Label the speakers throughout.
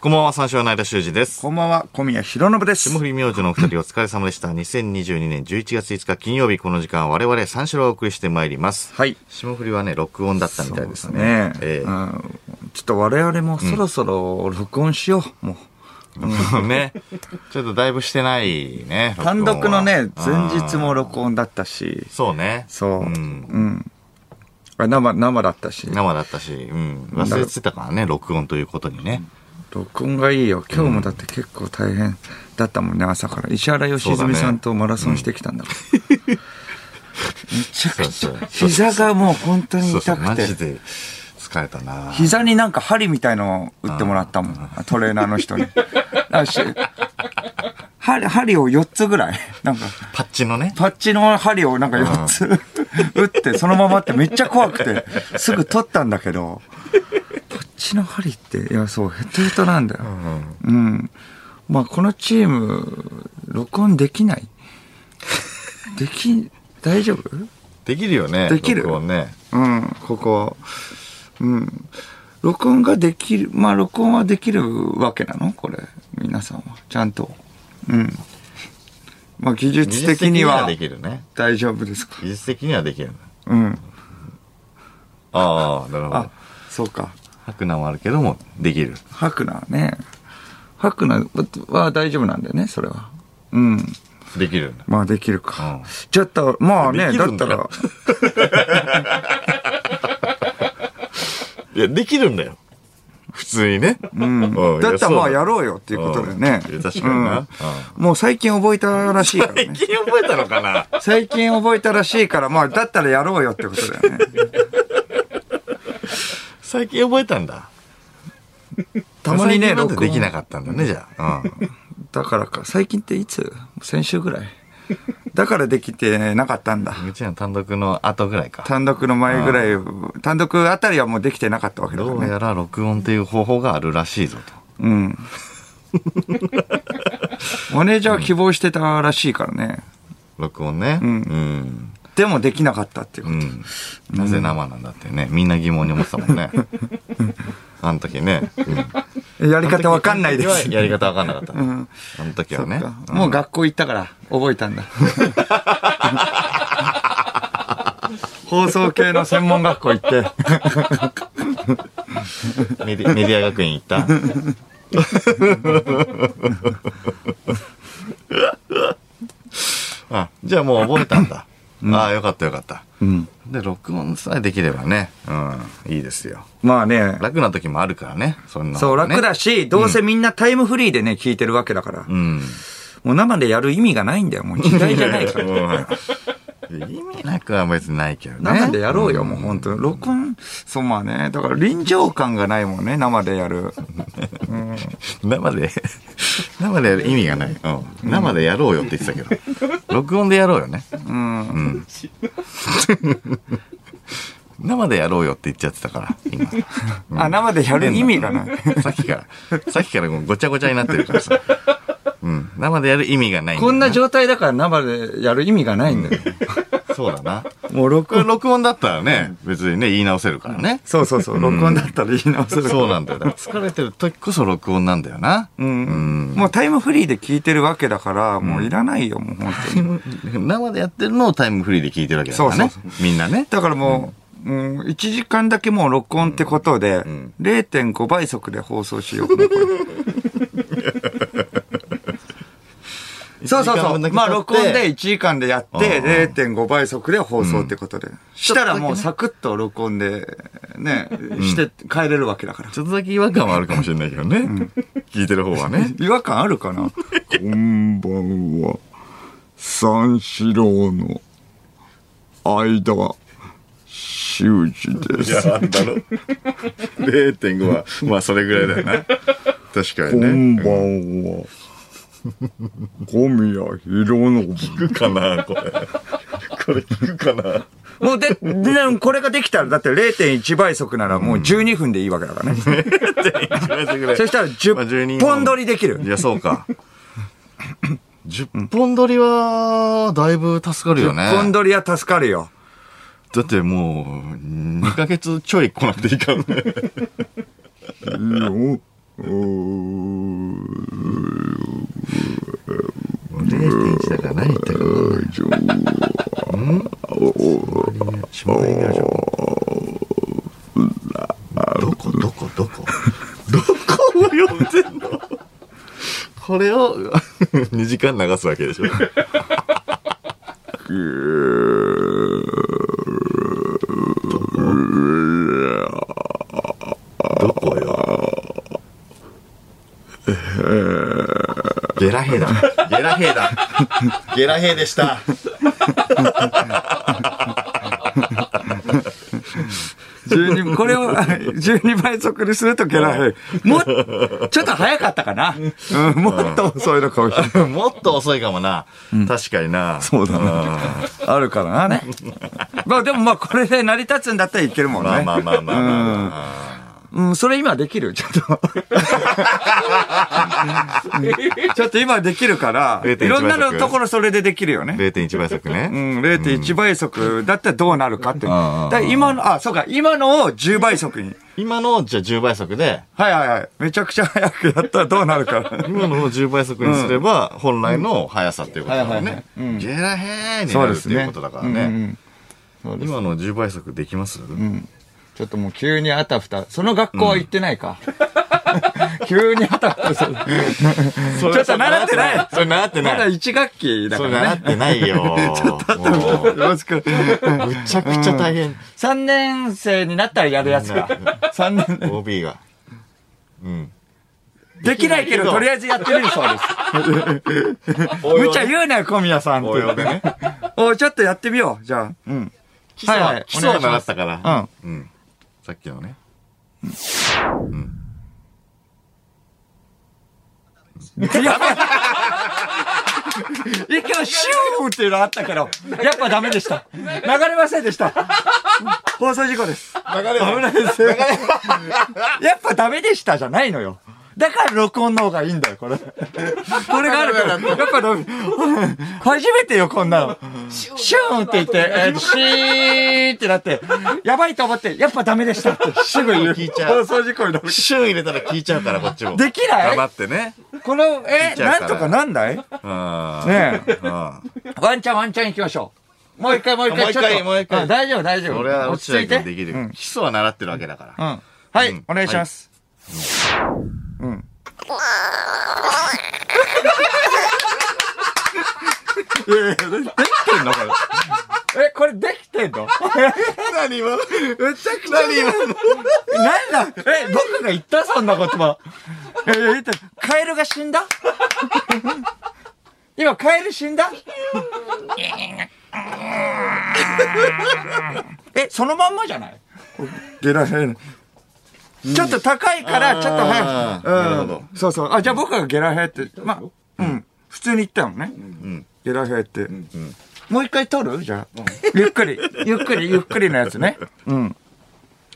Speaker 1: こんばんは、三四郎の間修二です。
Speaker 2: こんばんは、小宮弘信です。
Speaker 1: 霜降り明星のお二人お疲れ様でした。2022年11月5日金曜日、この時間は我々三四郎をお送りしてまいります。
Speaker 2: はい。
Speaker 1: 霜降りはね、録音だったみたいですね。
Speaker 2: そう
Speaker 1: ええ
Speaker 2: うんちょっと我々もそろそろ録音しよう。も
Speaker 1: ね。ちょっとだいぶしてないね。
Speaker 2: う。単独のね、
Speaker 1: 録音は
Speaker 2: 前日。
Speaker 1: うん
Speaker 2: も録音だったし、
Speaker 1: そうね。。
Speaker 2: そう。うんん。あ生、生だったし、
Speaker 1: 生だったし、うん。忘れてたからね、録音ということにね。
Speaker 2: 録音がいいよ。今日もだって結構大変だったもんね、朝から。石原良純さんとマラソンしてきたんだから。めちゃくち
Speaker 1: そうそう
Speaker 2: ゃ、膝がもう本当に
Speaker 1: そうそ
Speaker 2: 痛
Speaker 1: う、マ
Speaker 2: く
Speaker 1: ジ
Speaker 2: て。
Speaker 1: で疲れたな
Speaker 2: 膝になんか針みたいのを打ってもらったもん。トレーナーの人に。だし針、針を4つぐらい。なんか、
Speaker 1: パッチのね。
Speaker 2: パッチの針をなんか4つ打って、そのままってめっちゃ怖くて、すぐ取ったんだけど、パッチの針って、いや、そう、ヘトヘトなんだよ。うん。まあ、このチーム、録音できないでき、大丈夫
Speaker 1: できるよね。
Speaker 2: できる
Speaker 1: 録音ね。
Speaker 2: うん、ここ。うん。録音ができる、まあ録音はできるわけなのこれ、皆さんは。ちゃんと。うん。まあ技術的には
Speaker 1: 技術的できるね。
Speaker 2: 大丈夫ですか
Speaker 1: 技術的にはできるね。
Speaker 2: うん。
Speaker 1: ああ、なるほ
Speaker 2: あ
Speaker 1: ど。、
Speaker 2: そうか。
Speaker 1: 白菜もあるけども、できる。
Speaker 2: ハクナね。ハクナは大丈夫なんだよね、それは。うん。
Speaker 1: できるんだ。
Speaker 2: まあできるか。
Speaker 1: うん
Speaker 2: ちょっと、まあね、
Speaker 1: でき
Speaker 2: だ
Speaker 1: るん
Speaker 2: った
Speaker 1: だ
Speaker 2: ら
Speaker 1: よ、いや、できるんだよ。普通にね。 うんい
Speaker 2: だったらまあや
Speaker 1: う
Speaker 2: ろうよっていうことだよね
Speaker 1: うんいや。確かにな
Speaker 2: うん
Speaker 1: うん
Speaker 2: もう最近覚えたらしいからね
Speaker 1: だ。。最近覚えたのかな
Speaker 2: 最近覚えたらしいから、まあ、だったらやろうよってことだよね。
Speaker 1: 最近覚えたんだ。
Speaker 2: たまにね、
Speaker 1: 最近まで
Speaker 2: 録音
Speaker 1: できなかったんだね、じゃあ。うん。
Speaker 2: だからか、最近っていつ先週ぐらい。だからできてなかったんだ。
Speaker 1: うちらの単独の後ぐらいか。
Speaker 2: 単独の前ぐらい、単独あたりはもうできてなかったわけだか
Speaker 1: ど
Speaker 2: ら
Speaker 1: う
Speaker 2: ね。
Speaker 1: やら録音っていう方法があるらしいぞと。
Speaker 2: うん。 マネージャーは希望してたらしいからね。
Speaker 1: 録音ね。うん。
Speaker 2: でもできなかったっていう
Speaker 1: う
Speaker 2: こと。
Speaker 1: ん。なぜ生なんだってね、みんな疑問に思ってたも んね。あの時ね。
Speaker 2: や
Speaker 1: や
Speaker 2: り方わかんないです。
Speaker 1: やり方わかんなかった。あ
Speaker 2: ん
Speaker 1: の時はね。うん
Speaker 2: もう学校行ったから覚えたん だ。放送系の専門学校行 って。
Speaker 1: メディメディア学院行 った。あ、じゃあもう覚えたんだ。ああ、よかったよかった。
Speaker 2: うん。
Speaker 1: で、録音さえできればね、うん、いいですよ。
Speaker 2: まあね、
Speaker 1: 楽な時もあるからね、そんな、ね。
Speaker 2: そう、楽だ。し、どうせみんなタイムフリーでね、聞いてるわけだから。
Speaker 1: うん。
Speaker 2: もう生でやる意味がないんだよ。もう時代じゃないから。
Speaker 1: うん意味なくは別にないけどね。
Speaker 2: 生でやろうよ、もう本当に。録音、そうまあね。だから臨場感がないもんね、生でやる。
Speaker 1: 生で、 生でやる意味がない。うん。生でやろうよって言ってたけど。録音でやろうよね。
Speaker 2: うん。
Speaker 1: うん。生でやろうよって言っちゃってたから、今。
Speaker 2: あ、生でやる意味がない。
Speaker 1: さっきから、さっきからもうごちゃごちゃになってるからさ。うん。生でやる意味がないだよ
Speaker 2: こんな状態だから生でやる意味がないんだよ。
Speaker 1: そうだな。
Speaker 2: もう録
Speaker 1: これ
Speaker 2: 音、
Speaker 1: 録音だったらね、別にね、言い直せるからね。
Speaker 2: そうそうそう、録音だったら言い直せる。
Speaker 1: そうなんだ よ。だから疲れてる時こそ録音なんだよな。
Speaker 2: うん。もうタイムフリーで聞いてるわけだから、もういらないよ、もう本当 に。
Speaker 1: 生でやってるのをタイムフリーで聞いてるわけだからね。
Speaker 2: そ
Speaker 1: みんなね。
Speaker 2: だからもう、うん、1時間だけもう録音ってことで、
Speaker 1: ん
Speaker 2: 0.5倍速で放送しよう。もうこ れそうそ
Speaker 1: 一時間
Speaker 2: うそう。
Speaker 1: 分だけ撮って
Speaker 2: まあ録音で1時間でやって、
Speaker 1: うん
Speaker 2: 0.5倍速で放送ってことで。したらもうサクッと録音で、ね、して帰れるわけだから。
Speaker 1: ちょっとだけ違和感はあるかもしれないけどね。聞いてる方はね。
Speaker 2: 違和感ある かなこんばんは。三四郎の間、修二
Speaker 1: い
Speaker 2: で
Speaker 1: や、あんだろ。0.5は、まあそれぐらいだよな。確かに
Speaker 2: こ
Speaker 1: ね。
Speaker 2: んばんは。小宮弘信。
Speaker 1: 聞くかな、これ。これ聞くかな。
Speaker 2: もうで、でこれができたら、だって0.1倍速ならもう12分でいいわけだ からね。そしたら
Speaker 1: まあ12
Speaker 2: 10本撮りでき
Speaker 1: い
Speaker 2: る。
Speaker 1: や、そうか。10本撮りは、だいぶ助かるよね。
Speaker 2: 本撮りは助かるよ。
Speaker 1: だってもう、2ヶ月ちょい来なくていいからね。
Speaker 2: いいよ。
Speaker 1: 0.1だから何言ってるか分かんない霜降り明星どこどこどこどこを読んでんのこれを2時間流すわけでしょどこよゲラヘイだゲラヘイだゲラヘイでした
Speaker 2: 12こ れをあ12倍速にするとゲラヘイ。もう、ちょっと早かったかな。うん、もっと遅いのかもしれ ない。
Speaker 1: もっと遅いかもな。確かにな。
Speaker 2: そうだな。あるからなね。まあでもまあこれで成り立つんだったらいけるもんね。
Speaker 1: まあまあまあまあまあまあまあ。
Speaker 2: うん、それ今できるち ょっと。ちょっと今できるから、
Speaker 1: 0.1
Speaker 2: いろんなのところそれでできるよね。
Speaker 1: 0.1倍速ね。
Speaker 2: うん、0.1倍速だったらどうなるかっていう。だ
Speaker 1: ん
Speaker 2: から今の、あ、そうか、今のを10倍速に。
Speaker 1: 今のをじゃあ10倍速で、
Speaker 2: はいはいはい。めちゃくちゃ早くやったらどうなる か。
Speaker 1: 今のを10倍速にすれば、本来の速さっていうことだから
Speaker 2: はいはい
Speaker 1: ね。ゲラヘーに
Speaker 2: そ
Speaker 1: な
Speaker 2: うで
Speaker 1: るっ
Speaker 2: す
Speaker 1: てい
Speaker 2: ね。
Speaker 1: うことだから
Speaker 2: うんう
Speaker 1: ね。
Speaker 2: ん
Speaker 1: 今の10倍速できます
Speaker 2: ちょっともう急にあたふた。その学校は行ってない か。急にあた ふたする。
Speaker 1: ちょ
Speaker 2: ちょっと習ってない
Speaker 1: それ習って
Speaker 2: まだ
Speaker 1: ない。
Speaker 2: 1学期だ
Speaker 1: そ
Speaker 2: か
Speaker 1: れ
Speaker 2: ら
Speaker 1: 習
Speaker 2: ね。
Speaker 1: ってないよ。 も
Speaker 2: よろしく。
Speaker 1: うむちゃくちゃ大変。
Speaker 2: 3年生になったらやるやつか。3年
Speaker 1: OB が。うん。
Speaker 2: できないけど、とりあえずやってみるそうです。無茶言うなよ、小宮さんって。
Speaker 1: 応用でね。
Speaker 2: おい、ちょっとやってみよう。じゃあ。うん。
Speaker 1: 基礎
Speaker 2: はいは、
Speaker 1: はい基礎は
Speaker 2: お願いし
Speaker 1: 習
Speaker 2: ま
Speaker 1: っ
Speaker 2: す
Speaker 1: たから。うん。さっきのね。
Speaker 2: やばい。一回シューっていうのあったけど、やっぱダメでした。流れませんでした。放送事故です。
Speaker 1: 流れ
Speaker 2: 危ないです。やっぱダメでしたじゃないのよ。だから録音の方がいいんだよ、これ。これがあるか ら。やっぱダメ。初めてよ、こんなの。シューンって言って、えーシーってなって、やばいと思って、やっぱダメでしたってすぐ言う。
Speaker 1: 聞いちゃう
Speaker 2: 放送事故になる。
Speaker 1: シュン入れたら聞いちゃうから、こっちも。
Speaker 2: できない
Speaker 1: 黙ってね。
Speaker 2: この、え
Speaker 1: い
Speaker 2: ー
Speaker 1: ちゃうか
Speaker 2: なん
Speaker 1: ら
Speaker 2: とかなんな
Speaker 1: う
Speaker 2: い
Speaker 1: ん。
Speaker 2: ねえ。
Speaker 1: うん。
Speaker 2: ワンチャンワンチャン行きましょう。もう一回もう一回。
Speaker 1: もう一回
Speaker 2: ちょっと
Speaker 1: もう一回
Speaker 2: ん大丈夫大丈夫。
Speaker 1: 俺は
Speaker 2: 落
Speaker 1: 落
Speaker 2: ち着
Speaker 1: ち
Speaker 2: い
Speaker 1: 着
Speaker 2: て。
Speaker 1: いできる、
Speaker 2: うん。
Speaker 1: 基礎は習ってるわけだから、
Speaker 2: うんはい、
Speaker 1: うん
Speaker 2: お願いします。 うん。いやいや、できてんのこれ。 え、これできてんの
Speaker 1: 何今の
Speaker 2: めちゃくちゃ。 なんだえ、僕が言ったそんな言葉。いやいや、言った。カエルが死んだ 今、カエル死んだ え、そのまんまじゃないゲラヘイ。ちょっと高いから、ち
Speaker 1: あ
Speaker 2: ょっと
Speaker 1: ーな
Speaker 2: 早
Speaker 1: る
Speaker 2: く。
Speaker 1: ほ
Speaker 2: うん。そうそう。あ、じゃあ僕がゲラヘイって、まあ、うん。普通に言ったもんね。ゲラヘイって。もう一回撮るじゃあ、ゆっくり。ゆっくり、ゆっくりのやつね。うん。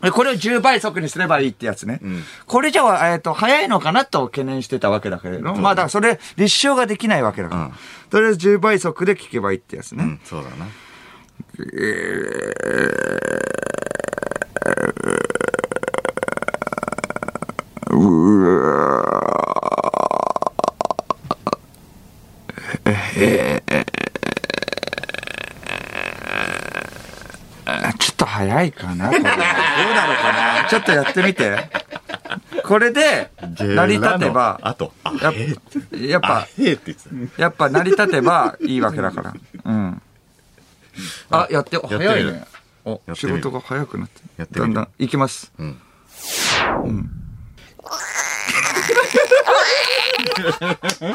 Speaker 2: でこれを10倍速にすればいいってやつね。これじゃ、えっ、と、早いのかなと懸念してたわけだけれども、まあだからそれ、立証ができないわけだから。
Speaker 1: うん
Speaker 2: とりあえず10倍速で聞けばいいってやつね。
Speaker 1: うんそうだな
Speaker 2: あちょっと早いかなこれどうなのかなちょっとやってみて。これで、成り立てば、
Speaker 1: あとあ
Speaker 2: やっ
Speaker 1: へーって
Speaker 2: ぱ、やっ
Speaker 1: あ
Speaker 2: ぱ、
Speaker 1: へーって言ってた
Speaker 2: やっぱ成り立てばいいわけだから。うん。あ、やって、
Speaker 1: てみる
Speaker 2: 早いね。お、
Speaker 1: やって
Speaker 2: 仕
Speaker 1: みる
Speaker 2: 事が早くなって。
Speaker 1: やってみ
Speaker 2: だん
Speaker 1: る。
Speaker 2: だん、いきます。うん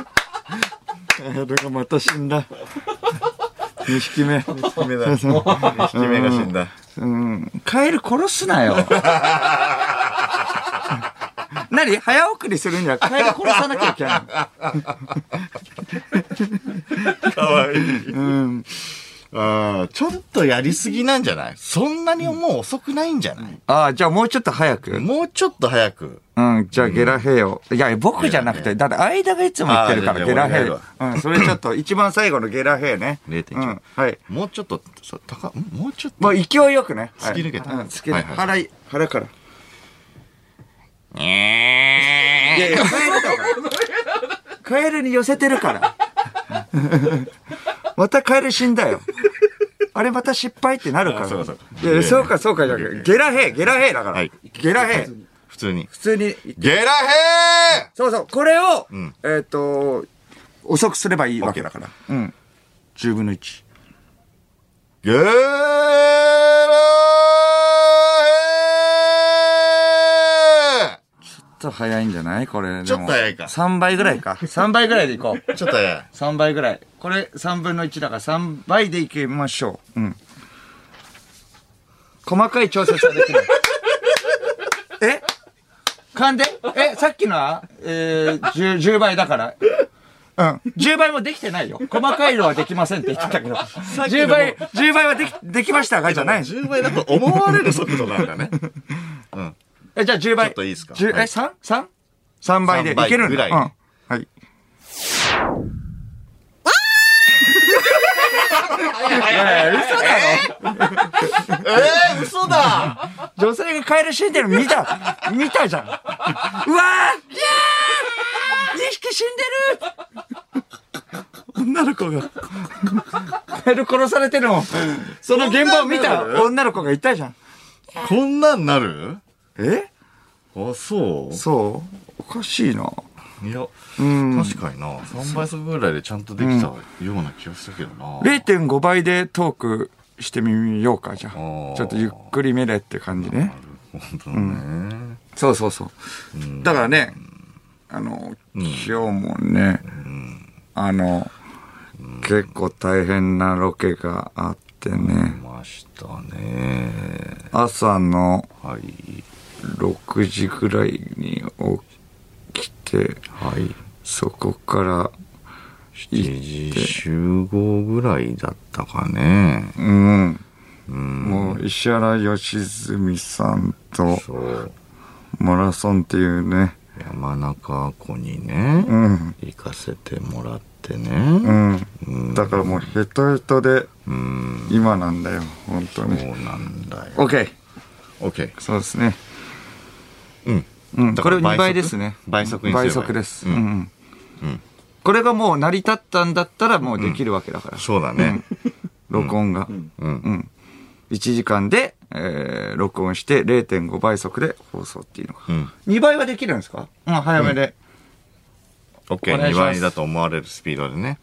Speaker 2: カエルがまた死んだ。2匹目。
Speaker 1: 1匹目だ1匹目が死んだ
Speaker 2: うん。カエル殺すな よ。何早送りするにはカエル殺さなきゃいけない。
Speaker 1: かわいい、あーちょっとやりすぎなんじゃないそんなにもう遅くないんじゃない、
Speaker 2: ああ、じゃあもうちょっと早く。
Speaker 1: もうちょっと早く
Speaker 2: うん、じゃあゲラヘイを。いや、僕じゃなくて、だって間がいつも言ってるか
Speaker 1: あ
Speaker 2: ら、
Speaker 1: ー
Speaker 2: ゲ
Speaker 1: じゃ
Speaker 2: ラ
Speaker 1: あじゃあ
Speaker 2: ヘイ。うん、それちょっと、一番最後のゲラヘイね。
Speaker 1: 0.1
Speaker 2: うん、はい。
Speaker 1: もうちょっとそう高んもうちょっと
Speaker 2: もう勢いよくね。はい
Speaker 1: 突き抜けた
Speaker 2: うん突き抜け
Speaker 1: はい
Speaker 2: た。
Speaker 1: はい
Speaker 2: 腹い、腹から。いやいや、 カエルだから。カエルに寄せてるから。 またカエル死んだよ。あれまた失敗ってなるから。
Speaker 1: あそうかそうか
Speaker 2: いやいやそうかそうかじゃなくてゲラヘイ、ゲラヘイだから。
Speaker 1: はい
Speaker 2: ゲラヘイ。
Speaker 1: 普通に。
Speaker 2: 普通に。
Speaker 1: ゲラヘ
Speaker 2: そうそう、これを、
Speaker 1: ん
Speaker 2: えっ、と、遅くすればいいわけだから。うん。10分の1。
Speaker 1: ーゲラヘ
Speaker 2: ちょっと早いんじゃないこれ。
Speaker 1: ちょっと早いか
Speaker 2: 3倍ぐらいか。3倍ぐらいでいこう。
Speaker 1: ーちょっとや。
Speaker 2: 3倍ぐらい。これ3分の1だから3倍でいきましょう。うん。細かい調節はできない。え噛んでえさっきのは、えー、10, 10倍だから。うん。10倍もできてないよ。細かいのはできませんって言ってたけど。
Speaker 1: きの
Speaker 2: 10
Speaker 1: も
Speaker 2: 倍、10倍はでき、できましたがじゃない。え、じ
Speaker 1: 10倍だと思われる速度なんだね。
Speaker 2: ゃあ10倍。
Speaker 1: ちょっといいですか
Speaker 2: 10
Speaker 1: はい
Speaker 2: え、3?3?3 倍でいけるん
Speaker 1: 三倍ぐら
Speaker 2: だ。
Speaker 1: い
Speaker 2: うん。はい。いやいや、嘘だろ
Speaker 1: えー、嘘だ
Speaker 2: 女性がカエル死んでるの見た、見たじゃん。うわーいやー !2 匹死んでる女の子が、カエル殺されてるのを、その現場を見た女の子がいたじゃん。
Speaker 1: こんなんなる
Speaker 2: え
Speaker 1: あ、そ
Speaker 2: そうおかしいな。
Speaker 1: ういや、
Speaker 2: ん
Speaker 1: 確かにな。3倍速ぐらいでちゃんとできたような気がしたけどな。
Speaker 2: 0.5倍でトークしてみようか、じゃあ。ち
Speaker 1: ー
Speaker 2: ょっとゆっくりめでって感じね。
Speaker 1: 本当だね。
Speaker 2: そうそうそう。だからね、あの、今日もね、あの、結構大変なロケがあってね、
Speaker 1: ましたね。
Speaker 2: 朝の
Speaker 1: はい。
Speaker 2: 6時ぐらいに起きて、
Speaker 1: はい。
Speaker 2: そこから、
Speaker 1: 7時集合ぐらいだったかね。
Speaker 2: うん、もう石原良純さんと
Speaker 1: そう。
Speaker 2: マラソンっていうね、
Speaker 1: 山中湖にね、
Speaker 2: うん、
Speaker 1: 行かせてもらってね。
Speaker 2: う
Speaker 1: うん
Speaker 2: ん、だからもうヘトヘトで
Speaker 1: うん。
Speaker 2: 今なんだよ、本当
Speaker 1: そう
Speaker 2: に。
Speaker 1: なんだよ。
Speaker 2: OK!
Speaker 1: オッケー。
Speaker 2: そうですね。
Speaker 1: うん。
Speaker 2: うん、
Speaker 1: だ
Speaker 2: こ
Speaker 1: か
Speaker 2: れ
Speaker 1: ら倍速
Speaker 2: 2倍ですね。
Speaker 1: 倍速にすればい
Speaker 2: 倍
Speaker 1: い
Speaker 2: 速です。
Speaker 1: うん
Speaker 2: うん
Speaker 1: うん
Speaker 2: これがもう成り立ったんだったらもうできるわけだから。
Speaker 1: そうだね。
Speaker 2: 録音が。
Speaker 1: うん。
Speaker 2: うん。1時間で、えー録音して0.5倍速で放送っていうのが。
Speaker 1: うん。
Speaker 2: 2倍はできるんですかうん、早めで。
Speaker 1: オッケ
Speaker 2: お
Speaker 1: ー、
Speaker 2: 願
Speaker 1: 2
Speaker 2: いします
Speaker 1: 倍だと思われるスピードでね。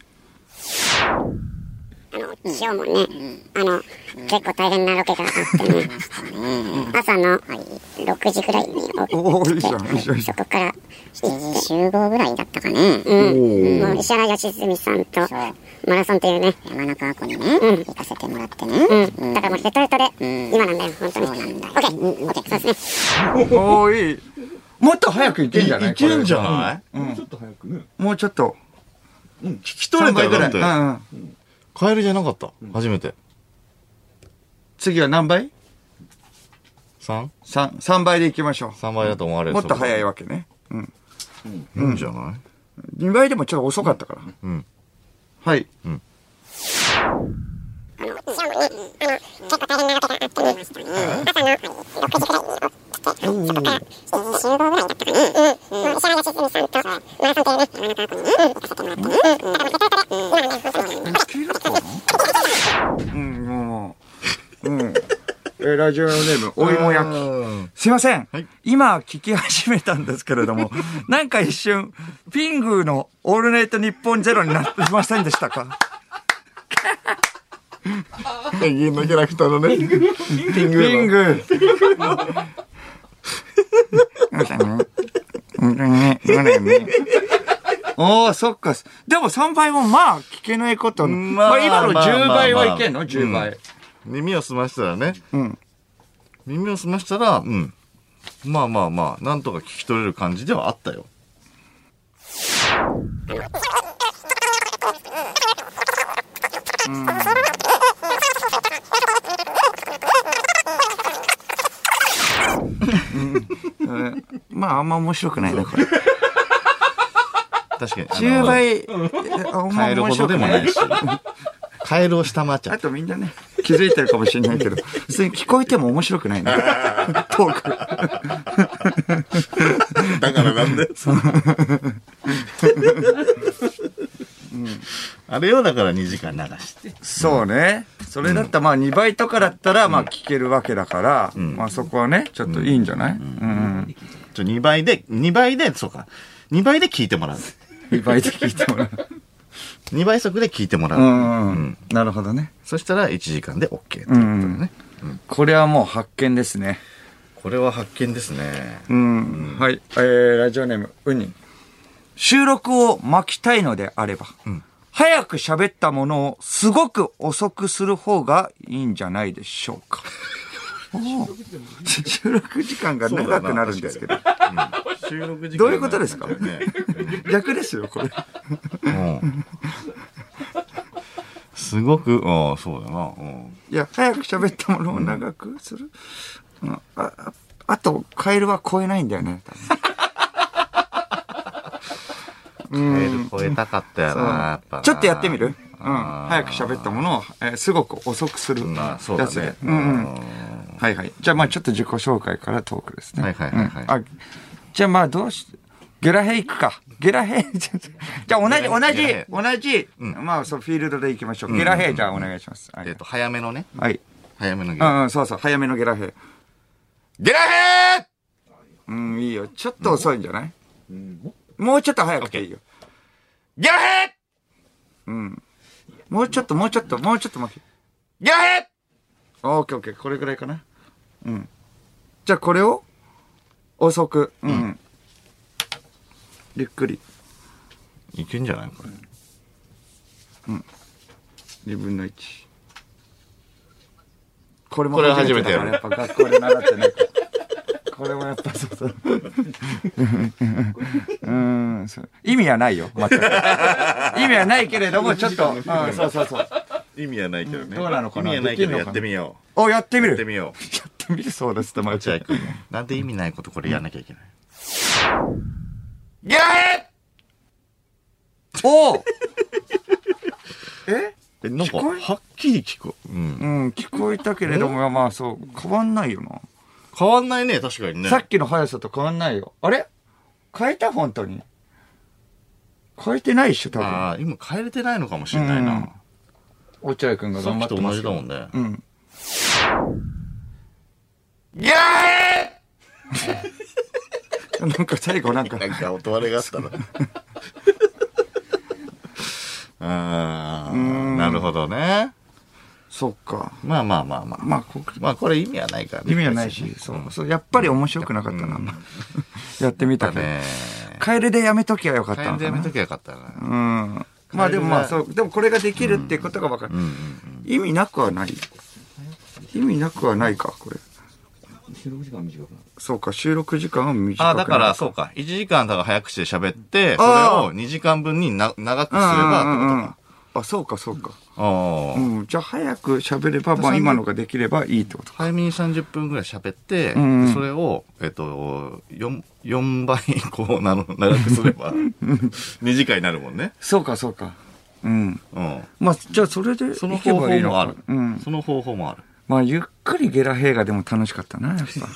Speaker 3: あの、今日もね、あの、結構大変なロケがあってね、朝の6時ぐらいに
Speaker 2: おおいいじゃん、いい
Speaker 3: 起
Speaker 2: じゃん。いい
Speaker 3: き
Speaker 2: じゃ
Speaker 3: て、そ
Speaker 2: ん
Speaker 3: こから、
Speaker 4: 7時集合ぐらいだったかね。
Speaker 3: うん、もう石原良純さんと
Speaker 4: そう。
Speaker 3: マラソンっていうね、
Speaker 4: 山中亜子にね、行かせてもらってね。
Speaker 3: だからもうヘトヘトで、今なんだよ、本当に。
Speaker 4: そうなんだよ
Speaker 3: OK、OK、そうですね。
Speaker 2: おーいい。もっと早くいけんじゃない
Speaker 1: いけんじゃ
Speaker 2: こ
Speaker 1: ない
Speaker 2: れもうちょっと。
Speaker 1: 聞き取れた
Speaker 2: 3
Speaker 1: よ
Speaker 2: 倍
Speaker 1: だっ
Speaker 2: ぐ
Speaker 1: て。
Speaker 2: らい。うんうん。
Speaker 1: カエルじゃなかった。初めて。
Speaker 2: 次は何倍
Speaker 1: 3?3
Speaker 2: 3、3倍でいきましょ
Speaker 1: 倍だと思われる。
Speaker 2: う。もっと早い
Speaker 1: わ。
Speaker 2: わけね。うん。
Speaker 1: いいんじゃない
Speaker 2: 2倍でもちょっと遅かったから。
Speaker 1: ん
Speaker 2: はい。うん、もう、うん。え、ラジオネーム、お芋焼き。
Speaker 1: き。
Speaker 2: すいません。
Speaker 1: はい
Speaker 2: 今聞き始めたんですけ れども、なんか一瞬、ピングーのオールナイト日本ゼロになってませんでしたか
Speaker 1: ペンギンのキャラクターのね。ピング
Speaker 2: ピン
Speaker 1: ーの。
Speaker 2: グ おお、そっか。でも3倍もまあ聞けないこと。
Speaker 1: ま
Speaker 2: まあ、
Speaker 1: あ
Speaker 2: 今の
Speaker 1: まあまあ
Speaker 2: 10
Speaker 1: まあ
Speaker 2: 倍はいけんの ?10 倍。
Speaker 1: 耳を澄ましたらね。
Speaker 2: うん。
Speaker 1: 耳を澄ましたら、うん。まあまあまあ、なんとか聞き取れる感じではあったよ。
Speaker 2: うんまあ、あんま面白くないね、これ。
Speaker 1: 確かに。
Speaker 2: 10
Speaker 1: あの。
Speaker 2: 倍、あんま
Speaker 1: カエル
Speaker 2: 面
Speaker 1: ほど
Speaker 2: 白
Speaker 1: で
Speaker 2: く
Speaker 1: も
Speaker 2: な
Speaker 1: ない
Speaker 2: い。
Speaker 1: し。カエルを下回っちゃ
Speaker 2: あ
Speaker 1: う。
Speaker 2: とみんなね、気づいてるかもしれないけど、普通に聞こえても面白くないね。トーク。
Speaker 1: だからなんであれをだから2時間流して。
Speaker 2: そうね。それだったら、まあ2倍とかだったら、まあ聞けるわけだから、
Speaker 1: ん
Speaker 2: まあそこはね、ちょっといいんじゃないうん。
Speaker 1: ちょ、2倍で、2倍で、そうか。2倍で聞いても らう。
Speaker 2: 2倍で聞いてもらう。
Speaker 1: 2倍速で聞いてもらう。
Speaker 2: うんう
Speaker 1: うんん。
Speaker 2: なるほどね。
Speaker 1: そしたら1時間で OK ってことだね。
Speaker 2: これはもう発見ですね。
Speaker 1: これは発見ですね。
Speaker 2: うん。はい。えー、ラジオネーム、ウニ。収録を巻きたいのであれば、早く喋ったものをすごく遅くする方がいいんじゃないでしょうか。おー収録時間が長くなるんですけど。
Speaker 1: 収録時間
Speaker 2: どういうことですか
Speaker 1: ね
Speaker 2: 逆ですよ、これ。
Speaker 1: うんすごく、うん、そうだな。うん
Speaker 2: いや、早く喋ったものを長くする。うん、あああと、カエルは超えないんだよね。
Speaker 1: カエル超えたかったよな、やっぱな
Speaker 2: ちょっとやってみる、うん、
Speaker 1: あー
Speaker 2: 早く喋ったものを、えーすごく遅くする
Speaker 1: まあ、
Speaker 2: や
Speaker 1: そうだ
Speaker 2: つで
Speaker 1: ね。。
Speaker 2: うんうんはいはい。じゃあまあちょっと自己紹介からトークですね。
Speaker 1: はいはいはいはい
Speaker 2: うんあじゃあまあどうし、ゲラヘイクか。ゲラヘイ、 じゃあ同じ、
Speaker 1: ゲラヘイ
Speaker 2: 同じ、同じ、まあそうフィールドで行きましょう。ゲラヘイじゃあお願いします。はい
Speaker 1: えっと、早めのね。
Speaker 2: はい。
Speaker 1: 早めのゲ
Speaker 2: う
Speaker 1: ラ。
Speaker 2: んうん、そうそう、早めのゲラヘイ。
Speaker 1: ゲラヘー
Speaker 2: うん、いいよ。ちょっと遅いんじゃないもうちょっと早くていいよ。
Speaker 1: ゲラヘー
Speaker 2: もうちょっと、もうちょっと、もうちょっと待って。
Speaker 1: ゲラヘー
Speaker 2: オッケーオッケー、これぐらいかな。うん。じゃあこれを、遅く。うん。ゆっくり。
Speaker 1: いけんじゃないこれ。
Speaker 2: 2分の1これも
Speaker 1: これは初めてやる
Speaker 2: だからやっぱ学校で習ってないこれもやっぱそうそううんそう意味はないよ全く意味はないけれどもちょっと、うん、そうそうそう
Speaker 1: 意味はないけどね。
Speaker 2: どうなのかな
Speaker 1: 意味はないけど
Speaker 2: できんのか
Speaker 1: や
Speaker 2: な
Speaker 1: ってみよ
Speaker 2: おやってみ
Speaker 1: う。
Speaker 2: る
Speaker 1: やってみよう。
Speaker 2: やってみるそうですってマ
Speaker 1: 落合君。なんで意味ないことこれやんなきゃいけない。ゲラヘ
Speaker 2: おうえ
Speaker 1: ーなんか、
Speaker 2: 聞こえ
Speaker 1: はっきり聞こえうん。
Speaker 2: うん聞こえたけれどもまあそう変わんないよな
Speaker 1: 変わんないね、確かにね。
Speaker 2: さっきの速さと変わんないよあれ変えた本当に変えてないっしょ多分
Speaker 1: ああ、今変えれてないのかもしれないな。
Speaker 2: 落合くんが
Speaker 1: さ
Speaker 2: 頑張
Speaker 1: っき
Speaker 2: って
Speaker 1: と
Speaker 2: ま
Speaker 1: 同じ
Speaker 2: すけ
Speaker 1: だも
Speaker 2: ど
Speaker 1: んね。
Speaker 2: うん。
Speaker 1: ゲラヘー
Speaker 2: なんか最後なんか
Speaker 1: な、んか音割れがあった な。ああ、なるほどね。
Speaker 2: そっか。
Speaker 1: まあまあまあまあ。
Speaker 2: まあ、こ
Speaker 1: まあこれ意味はないからね
Speaker 2: 意味はないし、そう、そう、やっぱり面白くなかったな。 やってみた
Speaker 1: だ
Speaker 2: けど。
Speaker 1: ね。
Speaker 2: カエルでやめときゃよかった
Speaker 1: 大変
Speaker 2: の
Speaker 1: で
Speaker 2: か
Speaker 1: やめ
Speaker 2: な
Speaker 1: と。きゃよかったな。
Speaker 2: うん。まあでもまあ
Speaker 1: カ
Speaker 2: そう、でもこれができるってことが分かる。意味なくはない。意味なくはないか、これ。そうか、収録時間は短くな
Speaker 1: あ
Speaker 2: る
Speaker 1: あ、だから、、そうか。1時間だから早口で喋って、それ
Speaker 2: あー
Speaker 1: を2時間分にな長くす
Speaker 2: う
Speaker 1: れ
Speaker 2: んうんう
Speaker 1: ば
Speaker 2: んうん。あ、そうか、そうか。
Speaker 1: ってことか。ああ
Speaker 2: うん。じゃあ早く喋れば、まあ今のができればいいってことか。
Speaker 1: 早めに30分ぐらい喋って、
Speaker 2: うん
Speaker 1: でそれを、えっと、4、四倍こうなの、長くすれ ば、2時間になるもんね。
Speaker 2: そうか、そうか。うん。
Speaker 1: うん。
Speaker 2: まあ、じゃあそれで
Speaker 1: その
Speaker 2: いけ
Speaker 1: 方
Speaker 2: ば
Speaker 1: 法
Speaker 2: いいの
Speaker 1: も
Speaker 2: か
Speaker 1: ある。
Speaker 2: うん。
Speaker 1: その方法もある。
Speaker 2: まあ、ゆっくりゲラヘイがでも楽しかったな、やっ ぱ。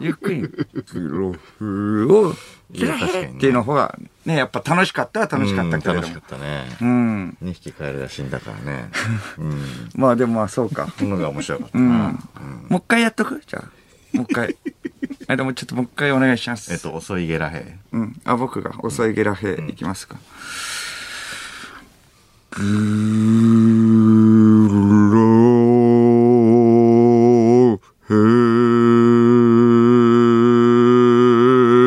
Speaker 2: ゆっくり。グロフを、ゲラヘイっていうの方が、ね、やっぱ楽しかったは楽しかったけれ
Speaker 1: うん
Speaker 2: ど
Speaker 1: 楽しか
Speaker 2: も
Speaker 1: っ。たね。
Speaker 2: うん。
Speaker 1: 2匹カエルが死んだから ね。うん。
Speaker 2: まあ、でもまあ、そうか。
Speaker 1: そのが面白かった
Speaker 2: うん。も
Speaker 1: な。
Speaker 2: う一回やっとくじゃあ。もう 一回。あ、でもちょっともう一回お願いしま
Speaker 1: えっ
Speaker 2: す。
Speaker 1: と、遅いゲラヘ
Speaker 2: うん。あ、僕が遅いゲラヘイいきますか。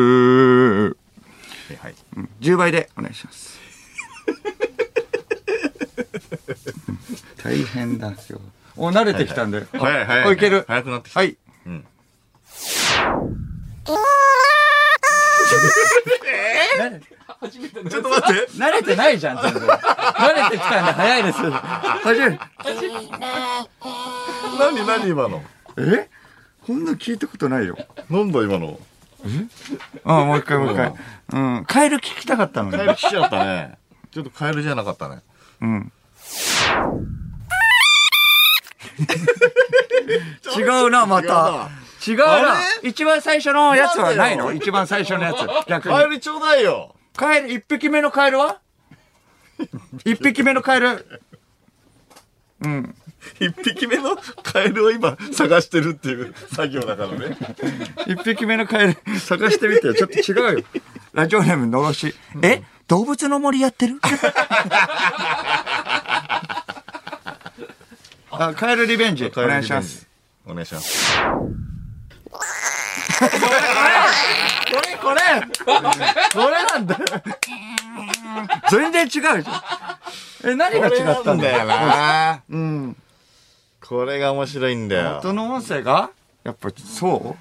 Speaker 1: イ。はい。
Speaker 2: 10倍でお願いします。 大変だ、今日。お、慣れてきたんで。
Speaker 1: 早い早い。
Speaker 2: お、いける。
Speaker 1: 早くなってきた。。
Speaker 2: はいい。
Speaker 1: うん。
Speaker 2: 慣れ
Speaker 1: ちょっと待って。
Speaker 2: 慣れてないじゃん、全然。慣れてきたんで早いです。初め
Speaker 1: 何何今の。
Speaker 2: えこんな聞いたことないよ。
Speaker 1: なんだ今の。
Speaker 2: あもう一回もう一回。うん。カエル聞きたかったの
Speaker 1: カエ
Speaker 2: ね。
Speaker 1: ル来ちゃったね。ちょっとカエルじゃなかったね。
Speaker 2: うん。違うな、また。違うな
Speaker 1: あれ
Speaker 2: 一番最初のやつはないの
Speaker 1: なんでよ
Speaker 2: 一番最初のや つ。逆に。
Speaker 1: 帰りちょうだいよ。
Speaker 2: カエル、一匹目のカエル は一匹目のカエル。うん。
Speaker 1: 一匹目のカエルを今探してるっていう作業だからね。
Speaker 2: 一匹目のカエル、探してみてよ。ちょっと違うよ。ラジオネーム、のろし。え動物の森やってる あ、カエルリベンジ。お
Speaker 1: カエルリベ
Speaker 2: 願
Speaker 1: ン
Speaker 2: い
Speaker 1: ジ
Speaker 2: します。。
Speaker 1: お願いします。
Speaker 2: これ、これこれなんだよ。全然違うじゃん。え、何が違ったんだよ。
Speaker 1: よな。
Speaker 2: うん。
Speaker 1: これが面白いんだよ。
Speaker 2: 元の音声がやっぱそ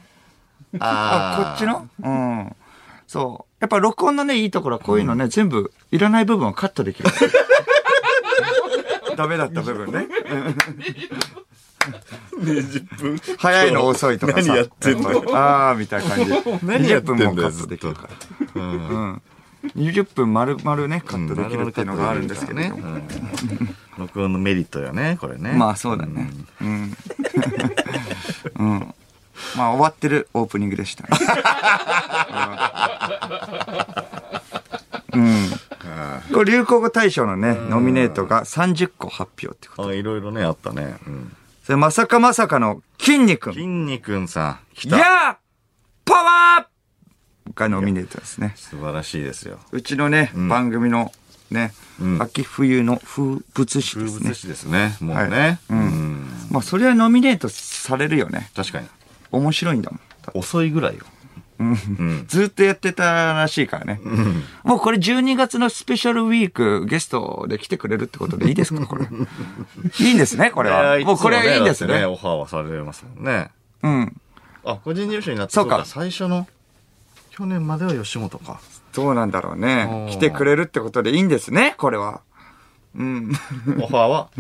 Speaker 2: うあ、こっちのうん。そう。やっぱ録音のね、いいところはこういうのね、全部、いらない部分はカットできる。ダメだった部分ね。
Speaker 1: ?20 分。
Speaker 2: 早いの遅いとかさ。
Speaker 1: 何やってんの
Speaker 2: やっぱりあーみたいな感じ。
Speaker 1: 何やってんだよ
Speaker 2: 20分もカットできるから。うん。20分丸々ね、カットできるっていうのがあるんですけどね。
Speaker 1: うん。録音のメリットよね、これね。
Speaker 2: まあそうだね。うん。うん。まあ終わってるオープニングでしたね。うん。これ流行語大賞のね、ノミネートが30個発表ってこと。
Speaker 1: あ。いろいろね、あったね。うん
Speaker 2: それまさかまさかの筋肉。
Speaker 1: 筋肉んさん、来
Speaker 2: い
Speaker 1: た。
Speaker 2: やーパワーがノミネートですね。
Speaker 1: 素晴らしいですよ。
Speaker 2: うちのね、
Speaker 1: ん
Speaker 2: 番組のね、
Speaker 1: うん
Speaker 2: 秋冬の風物詩
Speaker 1: 風
Speaker 2: です
Speaker 1: 物
Speaker 2: ね。
Speaker 1: 詩ですね。もう
Speaker 2: は
Speaker 1: ね
Speaker 2: い。
Speaker 1: う
Speaker 2: うん
Speaker 1: ん。
Speaker 2: まあそれはノミネートされるよね。
Speaker 1: 確かに。
Speaker 2: 面白いんだもん。
Speaker 1: 遅いぐらいよ。うん。
Speaker 2: ずっとやってたらしいからね。もうこれ12月のスペシャルウィークゲストで来てくれるってことでいいですか これ。いいんですねこれ
Speaker 1: いや
Speaker 2: は。
Speaker 1: いつ
Speaker 2: もうこれはいいんです
Speaker 1: だって
Speaker 2: ね。
Speaker 1: オファーはされますもんね。
Speaker 2: うん。
Speaker 1: あ、個人事務所になって
Speaker 2: そうか
Speaker 1: 最初の、去年までは吉本か。
Speaker 2: どうなんだろうね。
Speaker 1: おー
Speaker 2: 来てくれるってことでいいんですねこれは。うん。
Speaker 1: オファーは。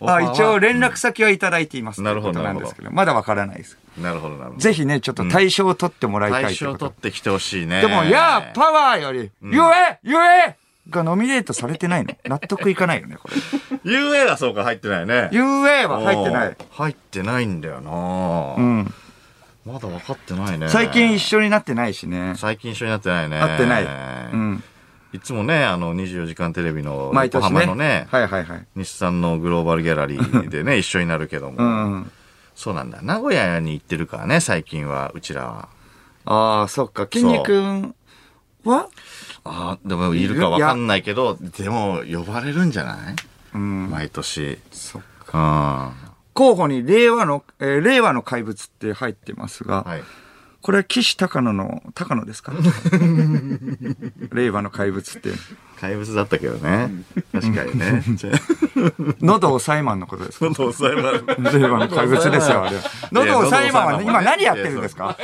Speaker 1: オファ
Speaker 2: あ
Speaker 1: ーは
Speaker 2: 一応、連絡先はいただいています。
Speaker 1: なるほど
Speaker 2: ということなんですけど。まだわからないです。
Speaker 1: なるほど、なるほど。
Speaker 2: ぜひね、ちょっと対象を取ってもらいたい
Speaker 1: 対
Speaker 2: とい
Speaker 1: 象
Speaker 2: うこと
Speaker 1: 取ってきてほしいね。
Speaker 2: でも、やあ、パワーより、ゆえゆえがノミネートされてないの。納得いかないよね、これ。
Speaker 1: UA だそうか、入ってないね。
Speaker 2: ゆえは入ってな
Speaker 1: お
Speaker 2: い
Speaker 1: ー。。入ってないんだよな、
Speaker 2: うん。
Speaker 1: まだ分かってないね。
Speaker 2: 最近一。緒になってないしね。
Speaker 1: 最近一緒になってないね。
Speaker 2: 会ってない。う
Speaker 1: い。
Speaker 2: ん。
Speaker 1: つもね、あの、24時間テレビの、
Speaker 2: 毎
Speaker 1: 横
Speaker 2: 年
Speaker 1: 浜の
Speaker 2: ね。
Speaker 1: ね、
Speaker 2: はいはいはい。
Speaker 1: 西さんのグローバルギャラリーで ね、一緒になるけども。
Speaker 2: うんうん。
Speaker 1: そうなんだ。名古屋に行ってるからね、最近は、うちらは。
Speaker 2: ああ、そっか。筋肉は
Speaker 1: ああ、でもいるかわかんないけど、でも呼ばれるんじゃない
Speaker 2: うん。
Speaker 1: 毎年。
Speaker 2: そっ
Speaker 1: う
Speaker 2: か
Speaker 1: ん。は
Speaker 2: 候補に令和の、えー令和の怪物って入ってますが、
Speaker 1: い。
Speaker 2: これは岸高野の、高野 ですか令和の怪物って。
Speaker 1: 怪物だったけどね。確かにね。 じゃあ
Speaker 2: 喉をサイマンのこと ですか
Speaker 1: 喉押さえま
Speaker 2: 令和の怪物ですよ、あれは。喉をサイマンはね、今何やってるんですか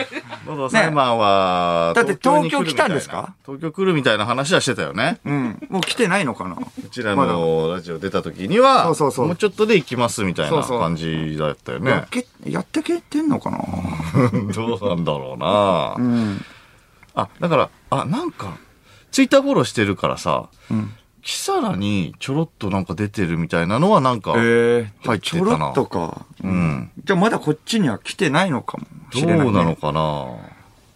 Speaker 1: 喉押さえマンは、
Speaker 2: だって東京
Speaker 1: に来るみい
Speaker 2: 来た
Speaker 1: なん
Speaker 2: ですか
Speaker 1: 東京来るみたいな話はしてたよね。
Speaker 2: うん。もう来てないのかな
Speaker 1: うちら
Speaker 2: まだ
Speaker 1: のラジオ出た時には、
Speaker 2: そうそうそう
Speaker 1: もうちょっとで行きますみたい
Speaker 2: そ
Speaker 1: な
Speaker 2: うそう
Speaker 1: 感じだったよ
Speaker 2: や
Speaker 1: ね
Speaker 2: っ。け、やってけてんのかな
Speaker 1: どうなんだろうな
Speaker 2: うん。
Speaker 1: あ、だから、あ、なんか、ツイッターフォローしてるからさ、
Speaker 2: ん
Speaker 1: キサラにちょろっとなんか出てるみたいなのはなんか、
Speaker 2: ええ
Speaker 1: 入って
Speaker 2: ち
Speaker 1: た
Speaker 2: ょ
Speaker 1: な
Speaker 2: ろっとか。
Speaker 1: うん。
Speaker 2: じゃあまだこっちには来てないのかもしれない、ね。
Speaker 1: どうなのかな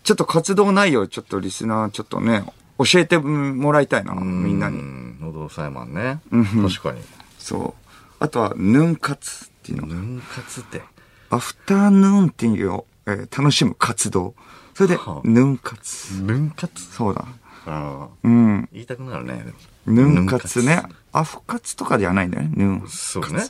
Speaker 2: ちょっと活動内容、ちょっとリスナー、ちょっとね、教えてもらいたいな、みんな
Speaker 1: う
Speaker 2: に。
Speaker 1: 喉押さえマンね。
Speaker 2: うん
Speaker 1: 確かに。
Speaker 2: そう。あとは、ヌン活っていうの。
Speaker 1: 分割って。
Speaker 2: アフタヌーンティーを、えー楽しむ活動。それで
Speaker 1: はあ、
Speaker 2: ヌン活。
Speaker 1: 分割
Speaker 2: そうだ。
Speaker 1: ああ。
Speaker 2: うん。
Speaker 1: 言いたくなるね。でも
Speaker 2: ヌン活ね。アフ活とかではないんだよね、ヌン。
Speaker 1: そうね。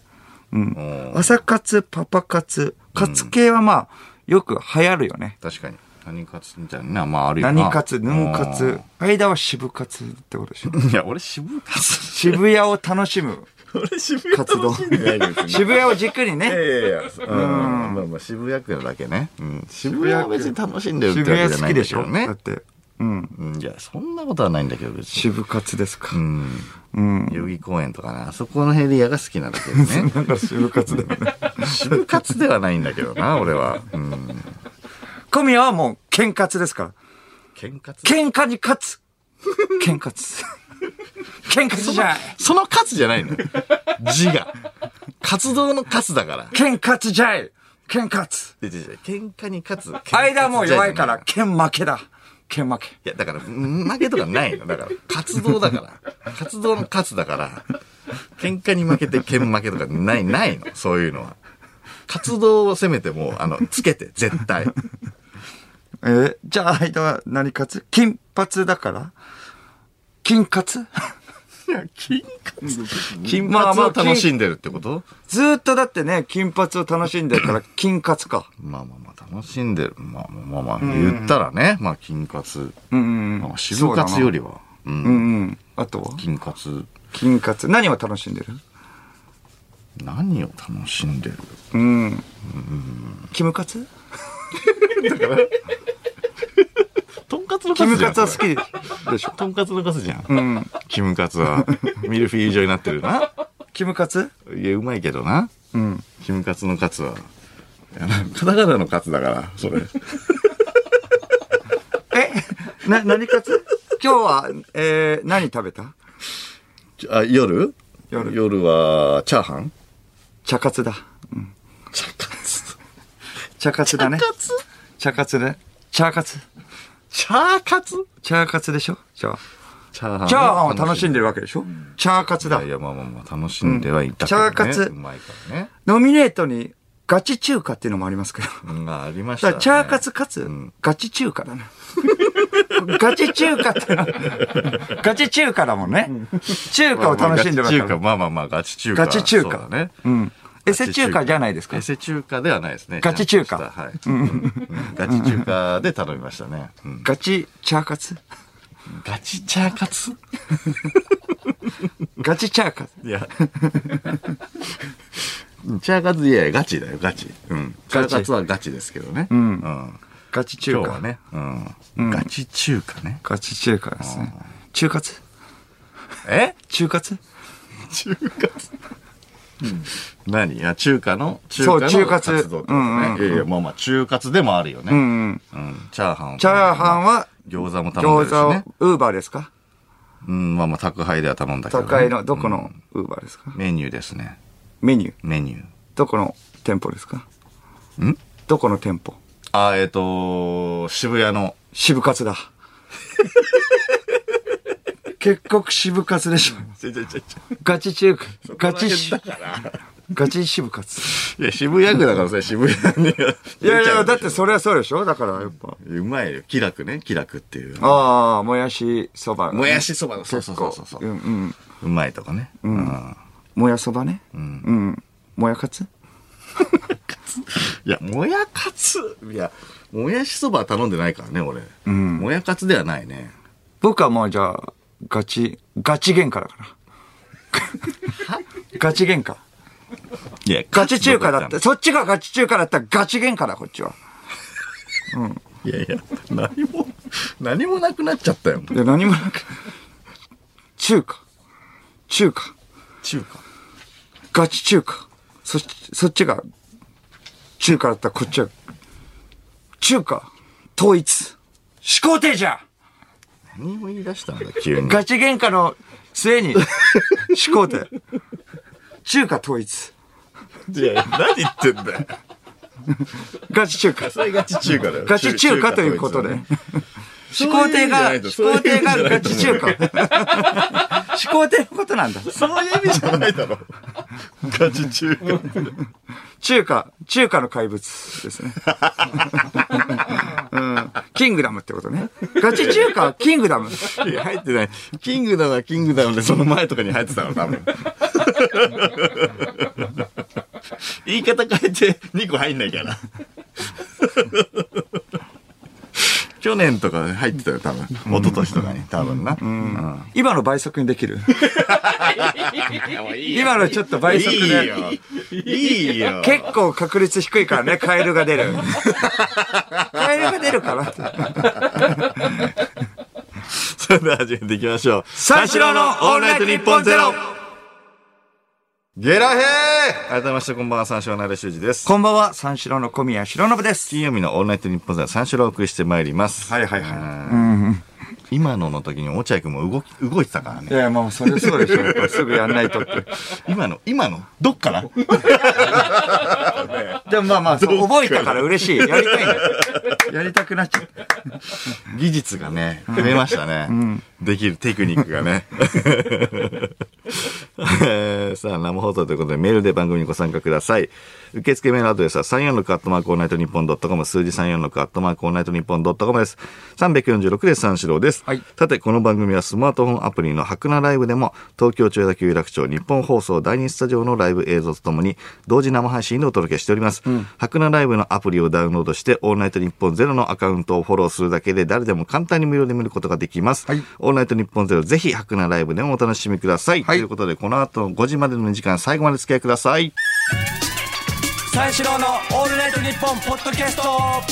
Speaker 2: うん。
Speaker 1: うん
Speaker 2: 朝活、パパ活。活系はまあ、よく流行るよね。
Speaker 1: 確かに。何活みたいなね。まあ、あるよな。
Speaker 2: 何活、ヌン活。間は渋活ってことでしょ。
Speaker 1: うん。いや、俺渋活。
Speaker 2: 渋谷を楽しむ
Speaker 1: 俺渋谷
Speaker 2: 活動。渋谷を軸に
Speaker 1: いや
Speaker 2: ね、
Speaker 1: いや いや、うん、まあまあ渋谷区のだけね、うん、渋谷は別に楽しんでるっ
Speaker 2: 渋
Speaker 1: てわけじ
Speaker 2: 谷
Speaker 1: ゃ
Speaker 2: 好
Speaker 1: ないんだ
Speaker 2: きで
Speaker 1: け
Speaker 2: しょ
Speaker 1: どね
Speaker 2: だって。うん。
Speaker 1: うんいやそんなことはないんだけど別に
Speaker 2: 渋活ですか
Speaker 1: う。ん
Speaker 2: うん。
Speaker 1: 代々木公園とかねあそこのエリアが好きなんだけ どね
Speaker 2: なんか渋活だよね。
Speaker 1: 渋活ではないんだけどな俺は、うん、
Speaker 2: 小宮はもう、喧活ですから。
Speaker 1: 喧嘩
Speaker 2: 喧嘩に勝つ喧嘩つ。喧嘩つじゃい
Speaker 1: その活じゃないのよ字が活動の活だから
Speaker 2: 喧嘩つじゃい剣勝つ
Speaker 1: ででで喧嘩に勝つ。
Speaker 2: 間もう弱いから、
Speaker 1: 喧嘩じ
Speaker 2: 剣負けだ。剣負け。
Speaker 1: ゃないいや、だから、負けとかないの。だから、活動だから。活動の勝つだから、喧嘩に負けて剣負けとかない、ないの。そういうのは。活動をせめてもう、あの、つけて、絶対。
Speaker 2: えーじゃあ間は何勝つ金髪だから金髪
Speaker 1: 金髪
Speaker 2: 金
Speaker 1: まあまあ楽し
Speaker 2: ん
Speaker 1: んでるってこと
Speaker 2: ずーっとだってね、金髪を楽しんで るから、金髪か。
Speaker 1: まあまあまあ楽しんでる。まあまあまあまあ、言ったらね、まあ金髪。
Speaker 2: うんうん
Speaker 1: まあ渋活よりは、う、
Speaker 2: うんんうん。あとは
Speaker 1: 金髪。
Speaker 2: 金髪。何を楽しんでる
Speaker 1: 何を楽しんでる
Speaker 2: うん。キムカツ
Speaker 1: とんかつの
Speaker 2: キムカツは
Speaker 1: は
Speaker 2: 好
Speaker 1: 好
Speaker 2: き
Speaker 1: き。
Speaker 2: でしょ。
Speaker 1: とんかつのカツじゃん。
Speaker 2: うん。
Speaker 1: キムカツは、ミルフィーユ状になってるな。
Speaker 2: キムカツ
Speaker 1: いや、うまいけどな。
Speaker 2: うん。
Speaker 1: キムカツのカツは。いやカタカナのカツだから、それ。
Speaker 2: えな、何カツ今日は、えー、何食べた
Speaker 1: あ、夜
Speaker 2: 夜
Speaker 1: 夜は、チャーハン
Speaker 2: 茶カツだ。うん。
Speaker 1: チャカツ。
Speaker 2: 茶カツだね。
Speaker 1: ツ
Speaker 2: 茶カツね。茶カツ。
Speaker 1: チャーカツ
Speaker 2: 茶カツでしょじゃあ。
Speaker 1: チャーハン。
Speaker 2: チャーハンを楽しん
Speaker 1: で
Speaker 2: でるわけでしょチャーカツだ
Speaker 1: い。や、まあまあまあ、楽しんではいたけどね。
Speaker 2: うんチャーカツ
Speaker 1: うまいからね。
Speaker 2: ノミネートにガチ中華っていうのもありますけど。
Speaker 1: うんまあ、ありまし
Speaker 2: だか
Speaker 1: た
Speaker 2: ら
Speaker 1: ね。
Speaker 2: チャーカツかつ、
Speaker 1: ん
Speaker 2: ガチ中華だな。ガチ中華ってのはガチ中華だもんね。中華を楽しんでま
Speaker 1: ガチ
Speaker 2: す
Speaker 1: 中華、
Speaker 2: ら。
Speaker 1: まあまあまあ、ガチ中華。
Speaker 2: ガチ中華
Speaker 1: そうだね。
Speaker 2: うん。エセ中華じゃないですか
Speaker 1: エ。セ中華ではないですね。
Speaker 2: ガチ中華
Speaker 1: ちゃんとしたはい。うんガチ中華で頼みましたね。うん
Speaker 2: ガチチャーカツ
Speaker 1: ガチチャーカツ
Speaker 2: ガチチャーカツ。
Speaker 1: い や。チャーカツいやいやガチだよ、ガチ。うん。チャーカツはガチですけどね。
Speaker 2: ん
Speaker 1: う
Speaker 2: ガチ中
Speaker 1: 今日
Speaker 2: 華。
Speaker 1: はね、うん。ガチ中華ね。
Speaker 2: ガチ中華ですね。中華ツ
Speaker 1: え
Speaker 2: 中華ツ
Speaker 1: 中華何あ中華の中
Speaker 2: そう
Speaker 1: 華の
Speaker 2: 中活
Speaker 1: 活動ってこと
Speaker 2: うんうんうん
Speaker 1: ね。いやいや、まあまあ、中活でもあるよね。う。
Speaker 2: うんん。
Speaker 1: チャーハンを。
Speaker 2: チャーハンは
Speaker 1: 餃子も頼んで
Speaker 2: 餃
Speaker 1: るしね
Speaker 2: 子。を、ウーバーですか
Speaker 1: うん、まあまあ、宅配では頼んだけど、ね。
Speaker 2: 都会の、どこ
Speaker 1: うん
Speaker 2: のウーバーですか
Speaker 1: メニューですね。
Speaker 2: メニュー。
Speaker 1: メニュ
Speaker 2: どこの店舗ですか
Speaker 1: ー。ん
Speaker 2: どこの店舗
Speaker 1: あ、えっ、と渋谷の。
Speaker 2: 渋 活だ。結局渋活でしょ。ガチ中華。ガチし、ガチ渋活。
Speaker 1: いや、渋谷区だ からさ、渋谷に。
Speaker 2: いやいや、だってそれはそうでしょだからやっぱ。
Speaker 1: うまいよ。気楽ね、気楽っていう。
Speaker 2: ああ、もやしそば、
Speaker 1: もやしそばの、そうそうそう
Speaker 2: 結
Speaker 1: そ
Speaker 2: 構
Speaker 1: う。
Speaker 2: う
Speaker 1: うん
Speaker 2: うん。
Speaker 1: まいとかね。うん。
Speaker 2: もやそばね。うんん。もやかつ
Speaker 1: いや、もやかつ。いや、もやしそばは頼んでないからね、俺。
Speaker 2: ん
Speaker 1: もやかつではないね。
Speaker 2: 僕はもうじゃあ、ガチ、ガチ喧嘩だから。ガチ喧嘩。
Speaker 1: いや、
Speaker 2: ガチ中華だっ
Speaker 1: カ
Speaker 2: た。
Speaker 1: ツ
Speaker 2: そっちがガチ中華だったらガチ喧嘩だ、こっちは。
Speaker 1: とか言ったの。いやいや、何も、何もなくなっちゃったよ。
Speaker 2: いや、何もなく。中華。中華。
Speaker 1: 中華。
Speaker 2: ガチ中華。そっち、そっちが、中華だったらこっちは、中華、統一。思考停止や
Speaker 1: 何を言い出したんだ、急に。
Speaker 2: ガチ喧嘩の末に、思考停。中華統一。
Speaker 1: いや、何言ってんだよ。
Speaker 2: ガチ中華。
Speaker 1: それガチ中華だよ。
Speaker 2: ガチ中華ということ で。思考停が、思
Speaker 1: そういう
Speaker 2: 考
Speaker 1: 意味じゃ
Speaker 2: 停が
Speaker 1: ない
Speaker 2: ガチ中華。思考停のことなんだ。
Speaker 1: そういう意味じゃないだろ。ガチ中華って。
Speaker 2: 中華、中華の怪物ですね。 うん、キングダムってことね。ガチ中華はキングダム。
Speaker 1: いや入ってない。キングダムはキングダムで、その前とかに入ってたの、多分。言い方変えて2個入んないから。去年とか入ってたよ、多分。一昨年とかに、多分な。うん
Speaker 2: 今の倍速にできる。今のちょっと倍速
Speaker 1: いい
Speaker 2: で。
Speaker 1: よ。いいよ。
Speaker 2: 結構確率低いからね、カエルが出る。カエルが出るからって。
Speaker 1: それでは始めていきましょう。
Speaker 2: 三四郎のオールナイトニッポンゼロ
Speaker 1: ゲラヘー改めまして、こんばんは、三四郎の成田修二です。
Speaker 2: こんばんは、三四郎の小宮白信です。
Speaker 1: 金曜日のオールナイトニッポンゼロ三四郎をお送りしてまいります。
Speaker 2: はいはいはい
Speaker 1: い。今のの時に落合君も動き、動いてたから
Speaker 2: い
Speaker 1: ね。
Speaker 2: やいや、まあ、それそうでしょ。やっぱすぐやんないとって。
Speaker 1: 今の、今の、どっから
Speaker 2: でもまあまあ、そう覚えたから嬉しい。やりたいんだよ やりたくなっちゃう。
Speaker 1: 技術がね、増えましたね。できるテクニックがね。 えーさあ、生放送ということでメールで番組にご参加ください。受付メールアドレスは346アットマークオールナイトニッポンドットコム、数字346アットマークオールナイトニッポンドットコムです。346で三四郎です。
Speaker 2: はい
Speaker 1: さて、この番組はスマートフォンアプリの白菜ライブでも、東京千代田区有楽町日本放送第二スタジオのライブ映像とともに、同時生配信でお届けしております。白菜ライブのアプリをダウンロードして、オールナイトニッポンゼロのアカウントをフォローするだけで、誰でも簡単に無料で見ることができます。
Speaker 2: はい
Speaker 1: オールナイトニッポンゼロ、ぜひ白菜ライブでもお楽しみください。
Speaker 2: はい
Speaker 1: ということで、この後の5時までの2時間、最後までお付き合いください。
Speaker 5: 三四郎の「オールナイトニッポン」ポッドキャスト